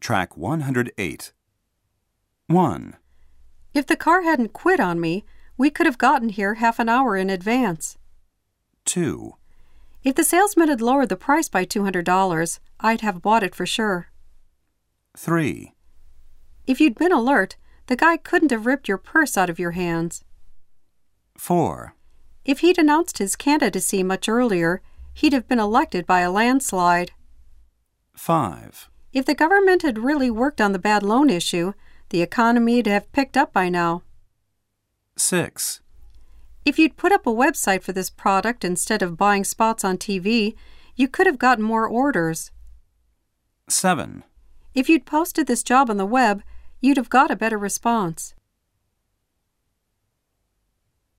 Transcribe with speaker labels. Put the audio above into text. Speaker 1: Track 108. 1,
Speaker 2: If the car hadn't quit on me, we could have gotten here half an hour in advance.
Speaker 1: 2,
Speaker 2: If the salesman had lowered the price by $200, I'd have bought it for sure.
Speaker 1: 3,
Speaker 2: If you'd been alert, the guy couldn't have ripped your purse out of your hands.
Speaker 1: 4,
Speaker 2: If he'd announced his candidacy much earlier, he'd have been elected by a landslide.
Speaker 1: 5,
Speaker 2: If the government had really worked on the bad loan issue, the economy'd have picked up by now.
Speaker 1: 6,
Speaker 2: If you'd put up a website for this product instead of buying spots on TV, you could have gotten more orders.
Speaker 1: 7,
Speaker 2: If you'd posted this job on the web, you'd have got a better response.